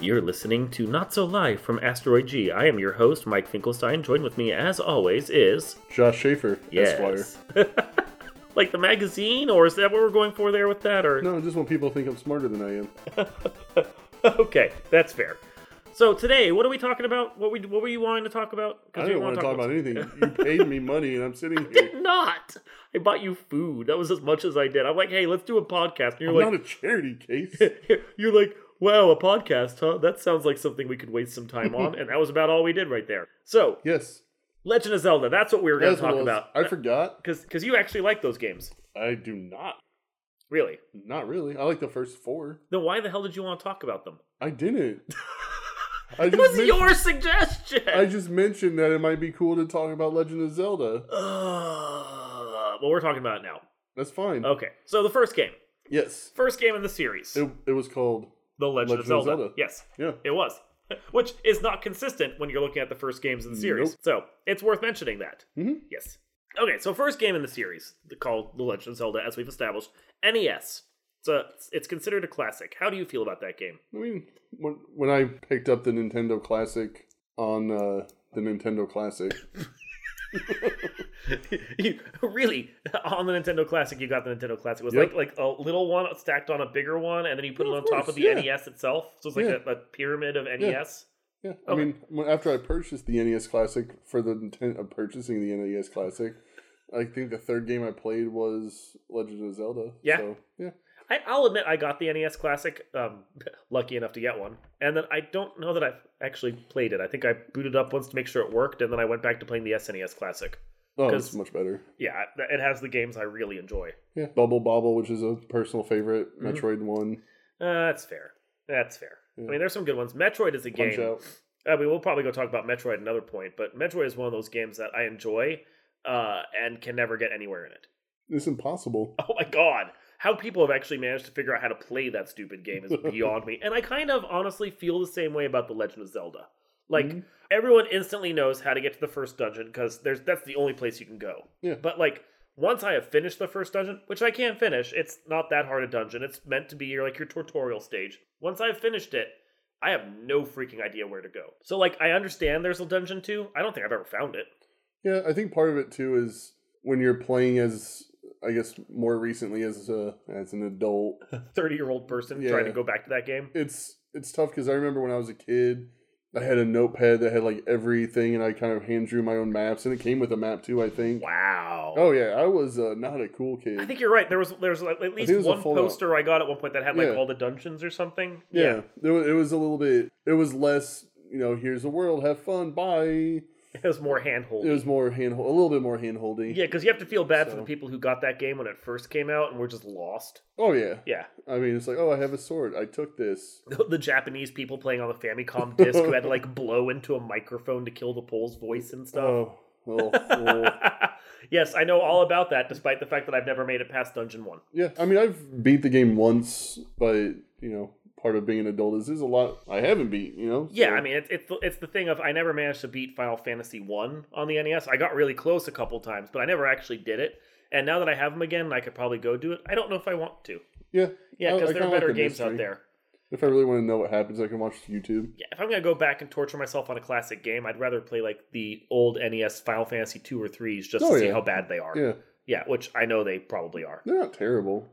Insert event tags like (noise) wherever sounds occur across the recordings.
You're listening to Not So Live from Asteroid G. I am your host, Mike Finkelstein. Joined with me, as always, is. Josh Schaefer, Esquire. Yes. (laughs) like the magazine, or is that what we're going for there with that? Or No, I just when people think I'm smarter than I am. (laughs) okay, that's fair. So today, what are we talking about? What we what were you wanting to talk about? I didn't want to talk about anything. You paid me money and I'm sitting here. Did not. I bought you food. That was as much as I did. I'm like, hey, let's do a podcast. And (laughs) you're I'm like, not a charity case. (laughs) You're like, wow, a podcast, huh? That sounds like something we could waste some time (laughs) on. and that was about all we did right there. So, Yes. Legend of Zelda, that's what we were going That's to what it talk about. was. I forgot. Because you actually like those games. I do not. Really. Not really. I like the first four. Then why the hell did you want to talk about them? (laughs) I didn't. I It was men- your suggestion! I just mentioned that it might be cool to talk about Legend of Zelda. Ugh. (sighs) well, we're talking about it now. That's fine. Okay, so the first game. Yes. First game in the series. It, it was called. the Legend, of, Legend of Zelda. Zelda. Yes, Yeah. it was. (laughs) Which is not consistent when you're looking at the first games in the series. So it's worth mentioning that. Mhm. Yes. Okay, so first game in the series called The Legend of Zelda, as we've established, NES. It's, a, it's considered a classic. How do you feel about that game? I mean, when, when I picked up the Nintendo Classic on uh, the Nintendo Classic, (laughs) you, really, on the Nintendo Classic, you got the Nintendo Classic. It was Yep. like like a little one stacked on a bigger one, and then you put Yeah, it on of top course, of the yeah. NES itself. So it's like Yeah. a, a pyramid of E NES. Yeah, I Okay. mean, when- after I purchased the NES Classic for the intent of purchasing the NES Classic, I think the third game I played was Legend of Zelda. Yeah. so, yeah. I, I'll admit I got the NES Classic, um, (laughs) lucky enough to get one, and then I don't know that I've actually played it. I think I booted up once to make sure it worked, and then I went back to playing the SNES Classic. Oh, 'Cause- it's much better. Yeah, I- it has the games I really enjoy. Yeah, Bubble Bobble, which is a personal Mm-hmm. favorite, Metroid One, Uh, that's fair. That's fair. I Yeah. mean, there's some good ones. Metroid is a Punch game. Out. I mean, we'll probably go talk about Metroid at another point, but Metroid is one of those games that I enjoy uh, and can never get anywhere in it. (laughs) It's impossible. Oh my god. How people have actually managed to figure out how to play that stupid game is beyond me. And I kind of honestly feel the same way about The Legend of Zelda. Like Mhm. everyone instantly knows how to get to the first dungeon cuz there's that's the only place you can go. Yeah. But like once I have finished the first dungeon, which I can finish, it's not that hard a dungeon. It's meant to be your like your tutorial stage. Once I've finished it, I have no freaking idea where to go. So like I understand there's a dungeon too. I don't think I've ever found it. Yeah, I think part of it too is when you're playing as, I guess, more recently as a, as an adult, 30-year-old person Yeah. trying to go back to that game. it's it's tough because I remember when I was a kid, I had a notepad that had like everything, and I kind of hand drew my own maps, and it came with a map too. I think. Wow. Oh yeah, I was uh, not a cool kid. I think you're right. There was there's like at least it was a one full-out. poster I got at one point that had like Yeah. all the dungeons or something. yeah, It, was, it was a little bit. It was less. You know, here's the world. Have fun. Bye. it was more handhold. It was more hand, a little bit more hand holding. yeah, because you have to feel bad for the So- people who got that game when it first came out and were just lost. Oh yeah. Yeah, (laughs) I mean, it's like, oh, I have a sword. I took this. the, the Japanese people playing on the Famicom disc who had to (laughs) like blow into a microphone to kill the Pole's voice and stuff. Oh, (laughs) well, well. yes, I know all about that, despite the fact that I've never made it past dungeon one. yeah. I mean, I've beat the game once, but you know, part of being an adult is there's a lot I haven't beat. You know. Yeah, so- I mean it's it's the, it's the thing of I never managed to beat Final Fantasy one on the NES. I got really close a couple times, but I never actually did it. And now that I have them again, I could probably go do it. I don't know if I want to. Yeah. Yeah, I- because I there kinda are like better the games out mystery. there. If I really want to know what happens, I can watch YouTube. Yeah, if I'm gonna go back and torture myself on a classic game, I'd rather play like the old NES Final Fantasy two or threes just Oh, to see yeah. how bad they are. Yeah, Yeah, which I know they probably are. they're not terrible.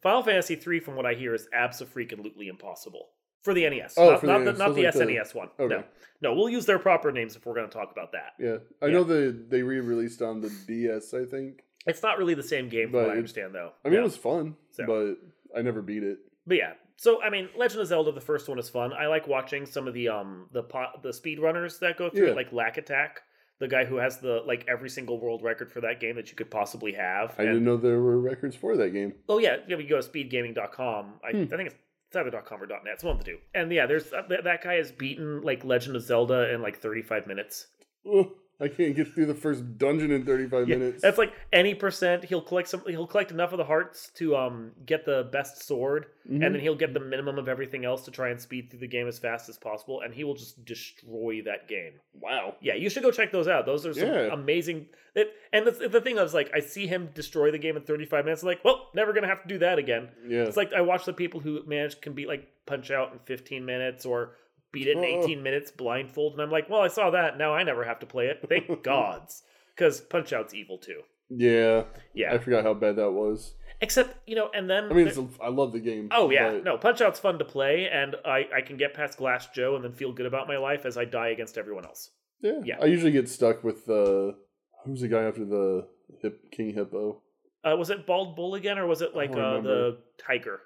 Final Fantasy three, from what I hear, is absolutely impossible for the NES. Oh, not, for the not NES, not the like the- SNES one. No, okay. no, we'll use their proper names if we're gonna talk about that. Yeah, I know that they re-released on the DS. I think. It's not really the same game, from But what I it- understand, though. I mean, yeah. it was fun, So- but I never beat it. but yeah. So I mean, Legend of Zelda, the first one is fun. I like watching some of the um the po- the speedrunners that go through Yeah. it, like Lack Attack, the guy who has the like every single world record for that game that you could possibly have. I And- didn't know there were records for that game. Oh yeah, yeah. We go to speedgaming.com. I, Hmm. I think it's. It's either .com or .net. It's one of the two. And yeah, there's that, that guy has beaten like Legend of Zelda in like 35 minutes. Ugh, I can't get through the first dungeon in 35 Yeah, minutes. that's like any percent. He'll collect some. He'll collect enough of the hearts to um get the best sword, Mhm. and then he'll get the minimum of everything else to try and speed through the game as fast as possible, and he will just destroy that game. wow. Yeah, you should go check those out. Those are some Yeah. amazing. It, and the, the thing is, like, I see him destroy the game in 35 minutes. I'm like, well, never gonna have to do that again. Yeah, It's like I watch the people who manage can beat like Punch Out in 15 minutes or beat it in Oh. 18 minutes blindfold, and I'm like, well, I saw that. Now I never have to play it. (laughs) Thank gods, because Punch Out's evil too. Yeah, Yeah, I forgot how bad that was. except you know, and then I mean, it's, I love the game. Oh yeah, but- no, Punch Out's fun to play, and I, I can get past Glass Joe and then feel good about my life as I die against everyone else. yeah. yeah. I usually get stuck with uh, who's the guy after the hip King Hippo? Uh, was it Bald Bull again, or was it like don't uh, the remember. Tiger?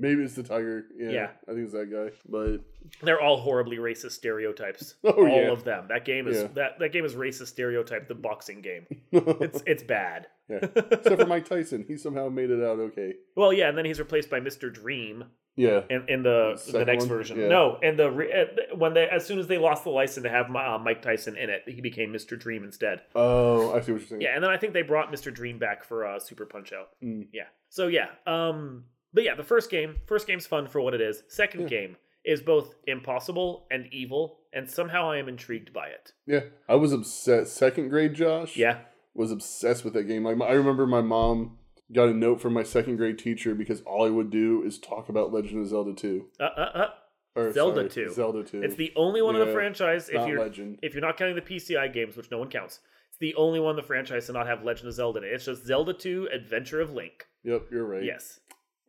Maybe it's the tiger. Yeah, Yeah. I think it's that guy. But They're all horribly racist stereotypes. Oh, all yeah. of them. That game is Yeah. that, that game is racist stereotype. The boxing game. (laughs) It's it's bad. Yeah. except for Mike Tyson, he somehow made it out okay. (laughs) well, yeah, and then he's replaced by Mister Dream Yeah, in, in the Second the next one? version. Yeah. No, and the re- uh, when they as soon as they lost the license to have Mi- uh, Mike Tyson in it, he became Mister Dream instead. Oh, I see what you're saying. Yeah, and then I think they brought Mr. Dream back for uh, Super Punch Out. Mm. Yeah. So yeah. Um but yeah, the first game, first game's fun for what it is. Second Yeah. game is both impossible and evil, and somehow I am intrigued by it. Yeah. I was obsessed. Second grade, Josh. Yeah. Was obsessed with that game. Like, I remember my mom got a note from my second grade teacher because all I would do is talk about Legend of Zelda 2. Uh uh uh. Or, Zelda sorry, 2. Zelda 2. It's the only one in the Yeah. franchise if not you're Legend. if you're not counting the PCI games, which no one counts. It's the only one in the franchise to not have Legend of Zelda in it. It's just Zelda 2 Adventure of Link. Yep, you're right. Yes.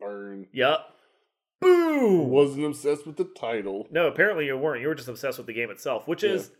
Burn. Yup. Boom. Wasn't obsessed with the title. No, apparently you weren't. You were just obsessed with the game itself, which is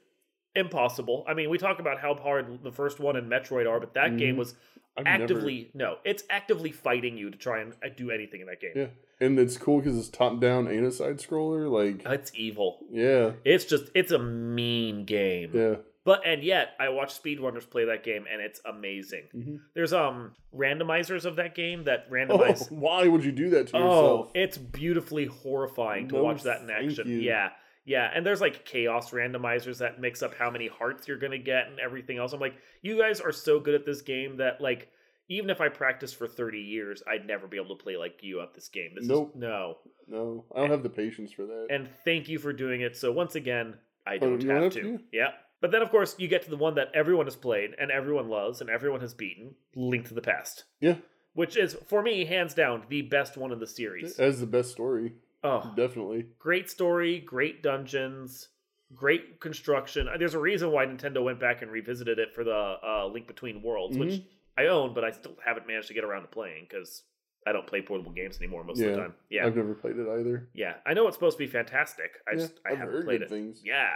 impossible. I mean, we talk about how hard the first one and Metroid are, but that Mhm. game was I've never- actively no, it's actively fighting you to try and uh, do anything in that game. Yeah. And it's cool because it's top down and a side scroller. Like, It's evil. yeah. It's just it's a mean game. Yeah. But and yet I watch speedrunners play that game and it's amazing. Mhm. There's um randomizers of that game that (laughs) Oh, randomize why would you do that to Oh, yourself? it's beautifully horrifying to No, watch that in thank action. you. Yeah. Yeah, and there's like chaos randomizers that mix up how many hearts you're going to get and everything else. I'm like, you guys are so good at this game that like even if I practiced for 30 years, I'd never be able to play like you at this game. This Nope. is no. no, I don't have the patience for that. And thank you for doing it. So once again, I Oh, don't you have, don't to. have to? Yeah. But then of course, you get to the one that everyone has played and everyone loves and everyone has beaten, Link to the Past. Yeah. Which is for me hands down the best one in the series. That is the best story. Oh, Definitely. great story, great dungeons, great construction. Uh, There's a reason why Nintendo went back and revisited it for the uh, Link Between Worlds, which Mm-hmm. I own, but I still haven't managed to get around to playing because I don't play portable games anymore most of Yeah. the time. Yeah, I've never played it either. yeah. I know it's supposed to be fantastic. I Yeah, just I I've haven't heard played good it. things. Yeah,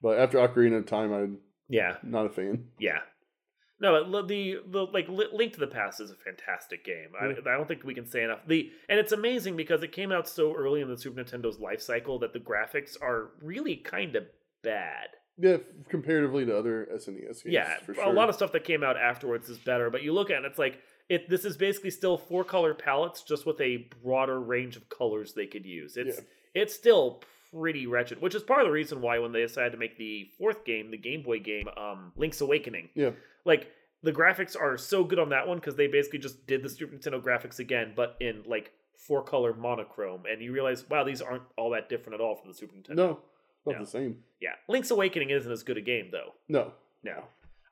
But after Ocarina of Time, I'm yeah, not a fan. yeah. No, it- li- the the like Li- Link to the Past is a fantastic game. I, Yeah. I don't think we can say enough. The and it's amazing because it came out so early in the Super Nintendo's life cycle that the graphics are really kind of bad. Yeah, f- comparatively to other SNES games. yeah for a sure. lot of stuff that came out afterwards is better but you look at it it's like it this is basically still four color palettes just with a broader range of colors they could use it's it's still pretty wretched which is part of the reason why when they decided to make the fourth game the game boy game um link's awakening Yeah. like the graphics are so good on that one because they basically just did the super nintendo graphics again but in like four color monochrome and you realize wow these aren't all that different at all from the super nintendo No, not Yeah. the same. yeah link's awakening isn't as good a game though No. no.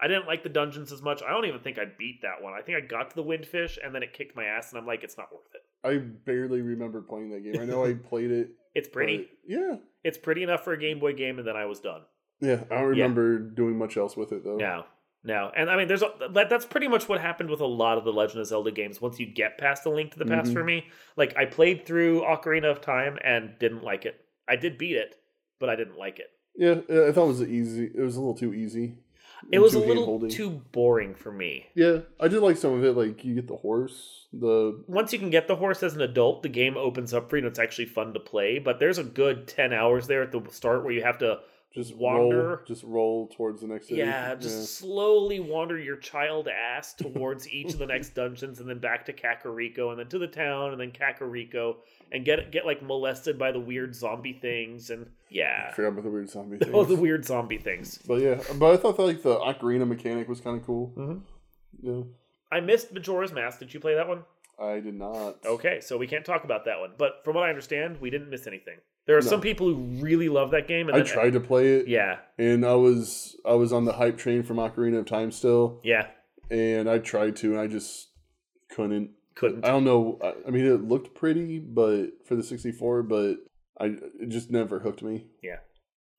I didn't like the dungeons as much. I don't even think I beat that one. I think I got to the windfish and then it kicked my ass and I'm like, it's not worth it. I barely remember playing that game. I (laughs) know I played it. It's pretty. but- yeah. It's pretty enough for a Game Boy game and then I was done. Yeah. I don't Yeah. remember doing much else with it, though. No. No. And I mean there's a, that, that's pretty much what happened with a lot of the Legend of Zelda games once you get past the link to the past Mhm. for me. Like I played through Ocarina of Time and didn't like it. I did beat it, but I didn't like it. Yeah. yeah, I thought it was easy. It was a little too easy. It and was a too little hand-holding. too boring for me. Yeah. I did like some of it. Like, you get the horse, the. once you can get the horse as an adult, the game opens up for you and it's actually fun to play. But there's a good 10 hours there at the start where you have to, Just roll, Wander. just roll towards the next city. yeah, just slowly wander your child ass towards each of the next dungeons and then back to Kakariko and then to the town and then Kakariko and get get like molested by the weird zombie things and I yeah. forgot about the weird zombie thing. Ah. (laughs) Oh, the weird zombie things. But yeah, but I thought that, like the ocarina mechanic was kind of cool. Mhm. Yeah, I missed Majora's Mask. Did you play that one? I did not. Okay, so we can't talk about that one. But from what I understand, we didn't miss anything. There are No. some people who really love that game. And I then, uh, tried to play it, Yeah, and I was I was on the hype train from Ocarina of Time still, yeah. and I tried to, and I just couldn't. Couldn't. I don't know. I, I mean, it looked pretty, but for the sixty four, but I it just never hooked me. Yeah.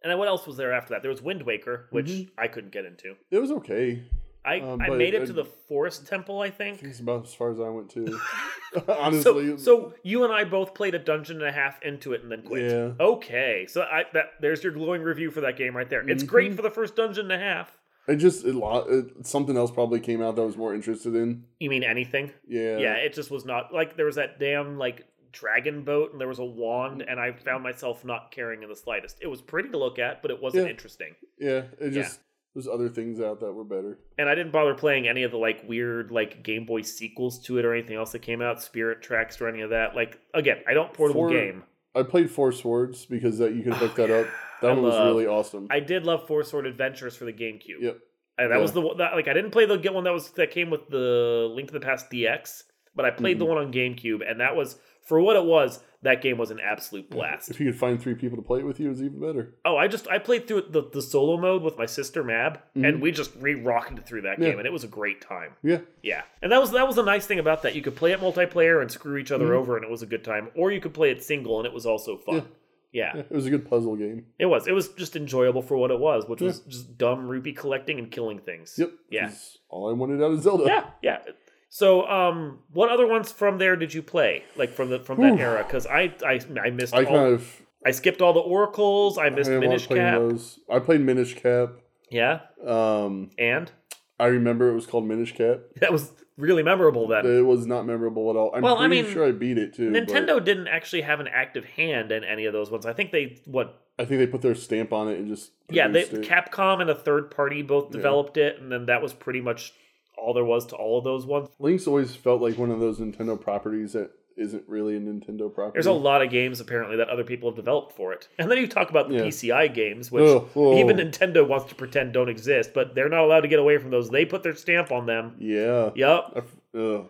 And then what else was there after that? There was Wind Waker, which Mhm. I couldn't get into. It was okay. I, Um, I but Mm. made it I- to the Forest Temple, I I think think. it's about as far as I (laughs) went too. So, (laughs) Honestly, so you and I both played a dungeon and a half into it and then quit. yeah. Okay, so I that there's your glowing review for that game right there. It's great Mhm. for the first dungeon and a half. It just it, lo- it, something else probably came out that I was more interested in. You mean anything? Yeah. yeah, it just was not like there was that damn like dragon boat and there was a wand Mm. and I found myself not caring in the slightest. It was pretty to look at, but it wasn't Yeah. interesting. Yeah, it Yeah. just there's other things out that were better. And I didn't bother playing any of the like weird like Game Boy sequels to it or anything else that came out, Spirit Tracks or any of that. Like again, I don't portable For- game. I played Four Swords because that you can look (sighs) that up. That Oh, I one was love- really awesome. I did love Four Sword Adventures for the GameCube. Yep. And that was Yeah. the one that like I didn't play the get one that was that came with the Link to the Past DX, but I played the Mm-hmm. one on GameCube, and that was for what it was. That game was an (laughs) absolute blast. If you could find three people to play it with you, it was even better. Oh, I just I played through the the solo mode with my sister Mab, Mhm. and we just re rocked through that Yeah. game, and it was a great time. Yeah. Yeah, and that was that was a nice thing about that. You could play it multiplayer and screw each other Mhm. over, and it was a good time. Or you could play it single, and it was also fun. Yeah. yeah, it was a good puzzle game. it was. It was just enjoyable for what it was, which Yeah. was just dumb rupee collecting and killing things. Yep. Yeah. which is All I wanted out of Zelda. Yeah, yeah. So, um, what other ones from there did you play? Like from the from that Whew. era? Because I, I I missed all. I kind of I skipped all the oracles. I I missed didn't want Minish to play Cap. those. I played Minish Cap. Yeah, Um, and I remember it was called Minish Cap. (laughs) that was really memorable then. It was not memorable at all. I'm Well, I pretty mean, sure I beat it too. but Nintendo didn't actually have an active hand in any of those ones. I think they what I think they put their stamp on it and just yeah, they, produced it. Capcom and a third party both Yeah. developed it, and then that was pretty much all there was to all of those ones. Link's always felt like one of those Nintendo properties that isn't really a Nintendo property. There's a lot of games apparently that other people have developed for it, and then you talk about the Yeah. PCI games, which Ugh, oh. whoa. even Nintendo wants to pretend don't exist, but they're not allowed to get away from those. They put their stamp on them. yeah. Yup. (laughs) I f- ugh.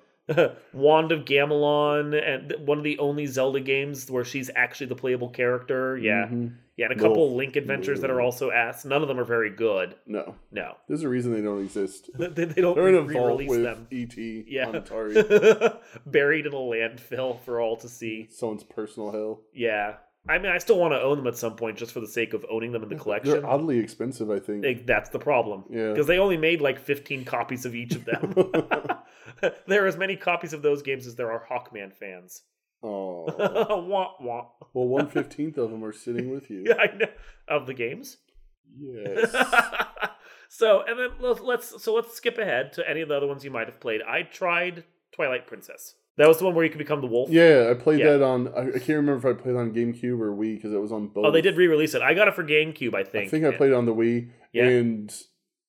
Wand of Gamelon, and th- one of the only Zelda games where she's actually the playable character. Yeah. Mhm. Yeah, and a couple Well, Link adventures that are well. also ass. None of them are very good. No, No. (laughs) there's a reason they don't exist. They, they don't They're in a re vault release with them. ET Yeah. on Atari. (laughs) Buried in a landfill for all to see. Someone's personal hell. Yeah. I mean, I still want to own them at some point just for the sake of owning them in the collection. They're oddly expensive, I think. Like, that's the problem. yeah. because they only made like 15 copies of each of them. (laughs) (laughs) there are as many copies of those games as there are Hawkman fans. (laughs) Oh. well, wah, wah. (laughs) one fifteenth of them are sitting with you. Yeah, I know. Of the games. (laughs) Yes. so and then let's, let's so let's skip ahead to any of the other ones you might have played. I tried Twilight Princess. That was the one where you could become the wolf. Yeah, I played Yeah. that on. I, I can't remember if I played on GameCube or Wii because it was on both. Oh, they did re-release it. I got it for GameCube, I think. I think I played it on the Wii, Yeah. and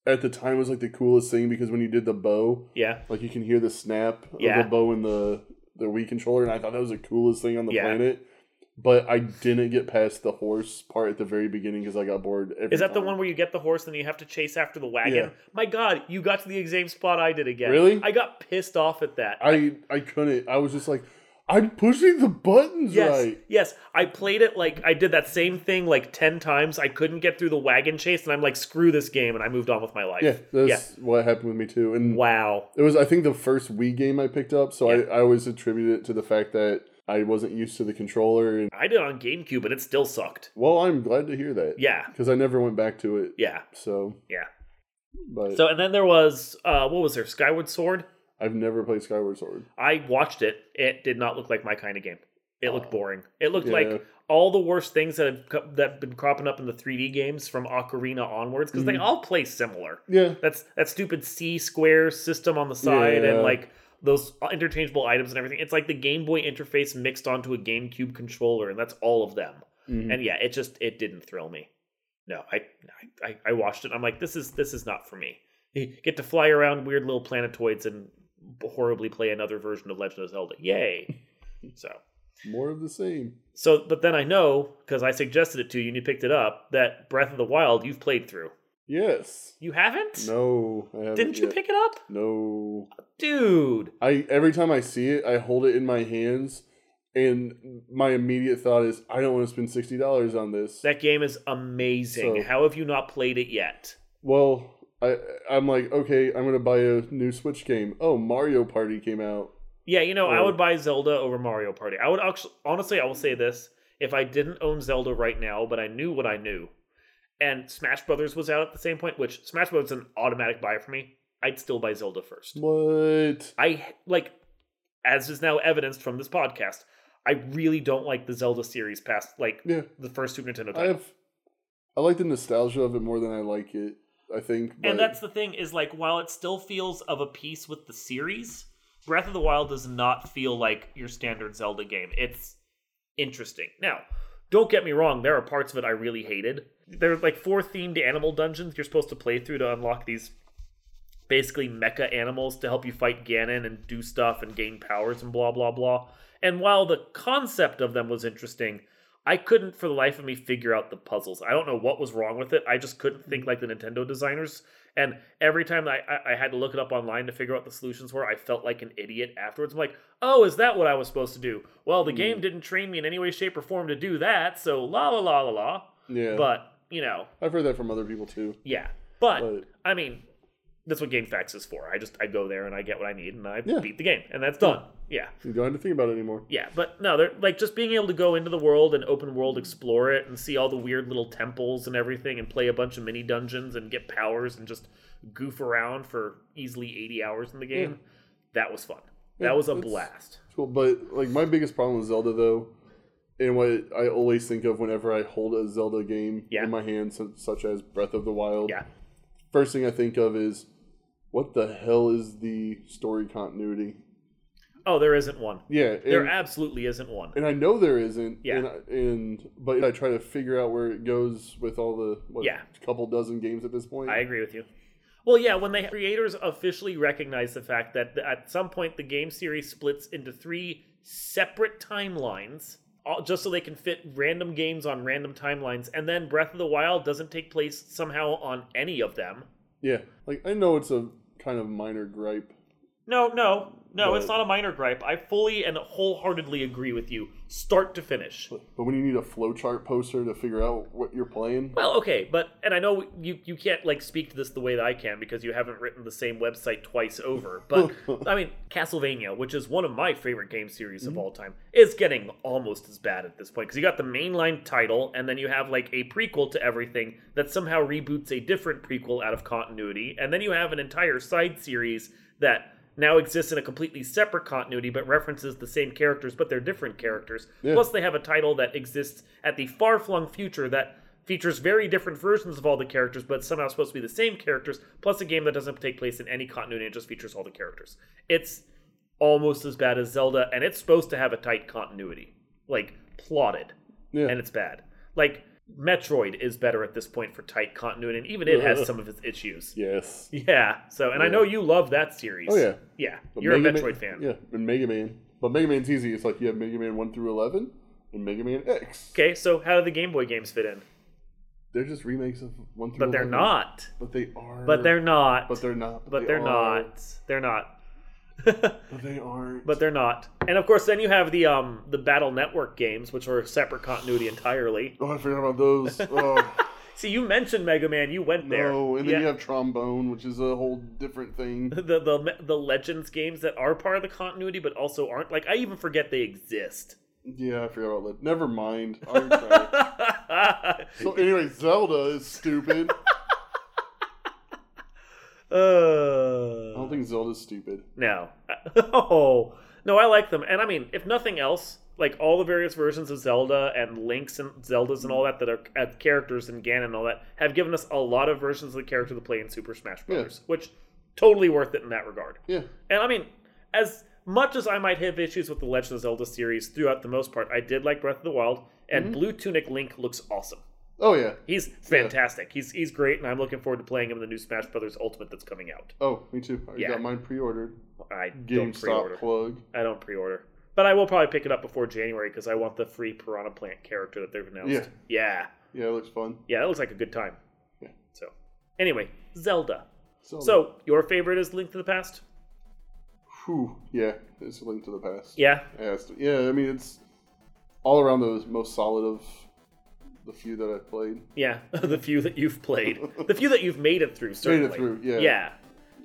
at the time it was like the coolest thing because when you did the bow, Yeah, like you can hear the snap Yeah. of the bow in the the Wii controller, and I thought that was the coolest thing on the Yeah. planet. But I didn't get past the horse part at the very beginning because I got bored. Every is that the time. one where you get the horse and you have to chase after the wagon? Yeah. My God, you got to the exact spot I did again. Really? I got pissed off at that. I I couldn't? I was just like, I'm pushing the buttons Yes, right. yes. I played it like I did that same thing like ten times. I couldn't get through the wagon chase, and I'm like, screw this game, and I moved on with my life. Yeah, that's what happened with me too. And Wow. It was, I think, the first Wii game I picked up, so Yeah. I, I always attribute it to the fact that I wasn't used to the controller. And I did it on GameCube, and it still sucked. well, I'm glad to hear that Yeah, because I never went back to it. yeah, So yeah. but So and then there was uh, what was there? Skyward Sword. I've never played Skyward Sword. I watched it. It did not look like my kind of game. It looked boring. It looked Yeah. like all the worst things that have co- that have been cropping up in the 3D games from Ocarina onwards because they Mhm. all play similar. Yeah, That's that stupid C square system on the side Yeah. and like those interchangeable items and everything. It's like the Game Boy interface mixed onto a GameCube controller, and that's all of them. Mhm. And yeah, it just it didn't thrill me. No, I I- I, I watched it. I'm like, this is this is not for me. You get to fly around weird little planetoids and horribly play another version of Legend of Zelda. (laughs) Yay! so more of the same. so, but then I know because I suggested it to you and you picked it up that Breath of the Wild you've played through. Yes. You haven't? No, I haven't Didn't you yet. pick it up, No, dude? I every time I see it, I hold it in my hands, and my immediate thought is, I don't want to spend sixty dollars on this. That game is amazing. So- How have you not played it yet? Well, I I'm like, okay, I'm gonna buy a new Switch game. Oh, Mario Party came out. Yeah, you know, I Or- would buy Zelda over Mario Party. I would actually, honestly, I will say this: if I didn't own Zelda right now, but I knew what I knew, and Smash Brothers was out at the same point, which Smash Brothers is an automatic buy for me. I'd still buy Zelda first. What? I like, as is now evidenced from this podcast, I really don't like the Zelda series past like Yeah, the first Super Nintendo. I title. have. I like the nostalgia of it more than I like it. I think, but and that's the thing is like while it still feels of a piece with the series breath of the wild does not feel like your standard zelda game it's interesting now don't get me wrong there are parts of it i really hated there are like four themed animal dungeons you're supposed to play through to unlock these basically mecha animals to help you fight ganon and do stuff and gain powers and blah blah blah and while the concept of them was interesting I couldn't for the life of me figure out the puzzles. I don't know what was wrong with it. I just couldn't think like the Nintendo designers. And every time I, I, I had to look it up online to figure out the solutions were, I felt like an idiot afterwards. I'm like, oh, is that what I was supposed to do? Well, the Hmm. game didn't train me in any way, shape, or form to do that. So la la la la la. yeah. But you know, I've heard that from other people too. yeah. But, But I mean, that's what Game Facts is for. I just I go there and I get what I need and I Yeah. beat the game and that's done. Yeah. you don't have to think about it anymore. Yeah, but no, they're like just being able to go into the world and open world explore it and see all the weird little temples and everything and play a bunch of mini dungeons and get powers and just goof around for easily 80 hours in the game. That was fun. Yeah, that was a it's- blast. Cool, but like my biggest problem with Zelda though, and what I always think of whenever I hold a Zelda game Yeah. in my hand, su- such as Breath of the Wild, Yeah. first thing I think of is, what the hell is the story continuity? Oh, there isn't one. Yeah, There and, absolutely isn't one. and I know there isn't. Yeah. and, I- and but I try to figure out where it goes with all the what, Yeah. couple dozen games at this point. I agree with you. Well, yeah, when the creators officially recognized the fact that th- at some point the game series splits into three separate timelines, all, just so they can fit random games on random timelines, and then Breath of the Wild doesn't take place somehow on any of them. yeah, like I know it's a kind of minor gripe. No, no, no, it's But- not a minor gripe. I fully and wholeheartedly agree with you, start to finish. But when you need a flowchart poster to figure out what (laughs) you're playing, Well, okay, but and I know you you can't like speak to this the way that I can because you haven't written the same website twice over. But I mean, Castlevania, which is one of my favorite game series of all time, is getting almost as bad at this point because you got the mainline title and then you have like a prequel to everything that somehow reboots a different prequel out of continuity, and then you have an entire side series that now exists in a completely separate continuity but references the same characters but they're different characters. Yeah. Plus, they have a title that exists at the far flung future that features very different versions of all the characters, but somehow supposed to be the same characters, plus a game that doesn't take place in any continuity and just features all the characters. It's almost as bad as Zelda, and it's supposed to have a tight continuity, like plotted, yeah, and it's bad. Like Metroid is better at this point for tight continuity, and even it (laughs) has some of its issues. yes. Yeah. So, and I know you love that series. Oh, yeah. Yeah. But You're Mega a Metroid Man, fan. Yeah, and Mega Man. But Mega Man's easy. It's like you have Mega Man 1 through 11 and Mega Man X. Okay, so how do the Game Boy games fit in? They're just remakes of 1 through But 11. they're not. But they are. But they're not. But they're not. But they they're are. not. They're not. But they aren't. but they're not. And of course, then you have the um the Battle Network games, which are a separate continuity entirely. Oh, I forgot (laughs) about those. Oh, See, you mentioned Mega Man, you went there. no. And then Yeah. you have Trombone, which is a whole different (laughs) thing. the, the the Legends games that are part of the continuity, but also aren't. Like I even forget they exist. (laughs) Yeah, I forgot about that. Never mind. Iron Crown. so, anyway, Zelda is stupid. I don't uh, think Zelda's stupid. no, (laughs) oh no, I like them, and I mean, if nothing else. Like all the various versions of Zelda and Links and Zeldas and all that that are uh, characters and Ganon and all that have given us a lot of versions of the character to play in Super Smash Yeah. Brothers, which totally worth it in that regard. Yeah. And I mean, as much as I might have issues with the Legend of Zelda series throughout the most part, I did like Breath of the Wild, and Blue Tunic Link looks awesome. Oh, Mm-hmm. yeah. He's fantastic. He's he's great, and I'm looking forward to playing him in the new Smash Brothers Ultimate that's coming out. Oh, me too. I Yeah. got mine pre ordered. I don't pre-order. GameStop plug. I don't pre-order, but I will probably pick it up before January because I want the free Piranha Plant character that they've announced. Yeah. yeah, Yeah, it looks fun. yeah. That looks like a good time. Yeah. Oh. So, anyway, Zelda. Zelda. So, your favorite is Link to the Past? Whew, yeah, it's a link to the past. Yeah. Yeah, it's- yeah, I mean it's all around the most solid of the few that I've played. Yeah, (laughs) the few that you've (laughs) played, the few that you've made it through. Certainly, through, yeah. yeah,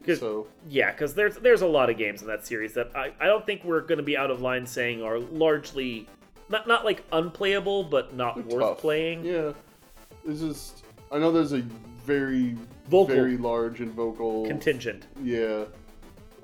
because So yeah, 'cause there's there's a lot of games in that series that I, I don't think we're going to be out of line saying are largely not not like unplayable, but not worth tough. playing. yeah, it's just I know there's a very Vocal. very large and vocal Contingent. Yeah.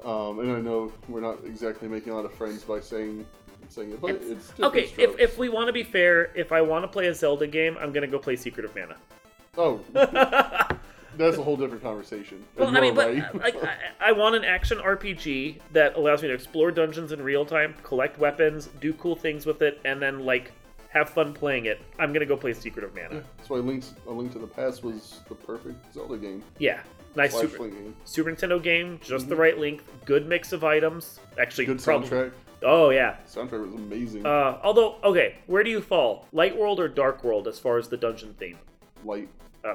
Um, and I know we're not exactly making a lot of friends by saying saying it, but it's, different Okay, if, strokes. if we want to be fair, if I want to play a Zelda game, I'm gonna go play Secret of Mana. (laughs) oh, that's a whole different conversation. (laughs) And Well, I you mean, are but right. like, I, I want an action RPG that allows me to explore dungeons in real time, collect weapons, do cool things with it, and then like have fun playing it. I'm gonna go play Secret of Mana. (laughs) that's why Link's A Link to the Past was the perfect Zelda game, Yeah, nice slash Super, Link game. Super Nintendo game, just the right length, good mix of items. Actually, Mm-hmm. Good probably- soundtrack. Oh yeah. Soundtrack was amazing. Uh, although, okay, where do you fall, Light World or Dark World, as far as the dungeon theme? Light. Uh,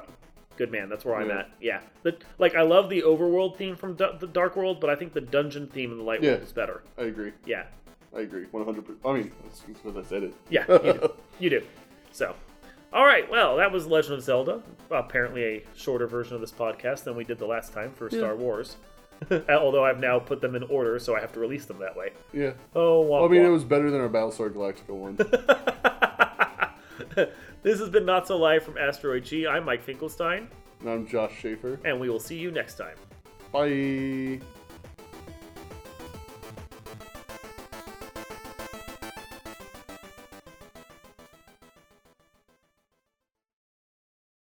good man, that's where I'm Yeah. at. Yeah, the, like I love the overworld theme from du- the Dark World, but I think the dungeon theme in the Light Yeah. World is better. I agree. Yeah, I agree. One hundred percent. I mean, that's, that's what I said it. (laughs) Yeah, you do. you do. So, all right. Well, that was Legend of Zelda. Apparently, a shorter version of this podcast than we did the last time for Star (laughs) Wars. Uh, Although I've now put them in order, so I have to release them that way. Yeah. Oh, womp, I mean, it womp. was better than our Battlestar Galactica (laughs) one. this has been Not So Live from Asteroid G. I'm Mike Finkelstein, and I'm Josh Schaefer. and we will see you next time. Bye.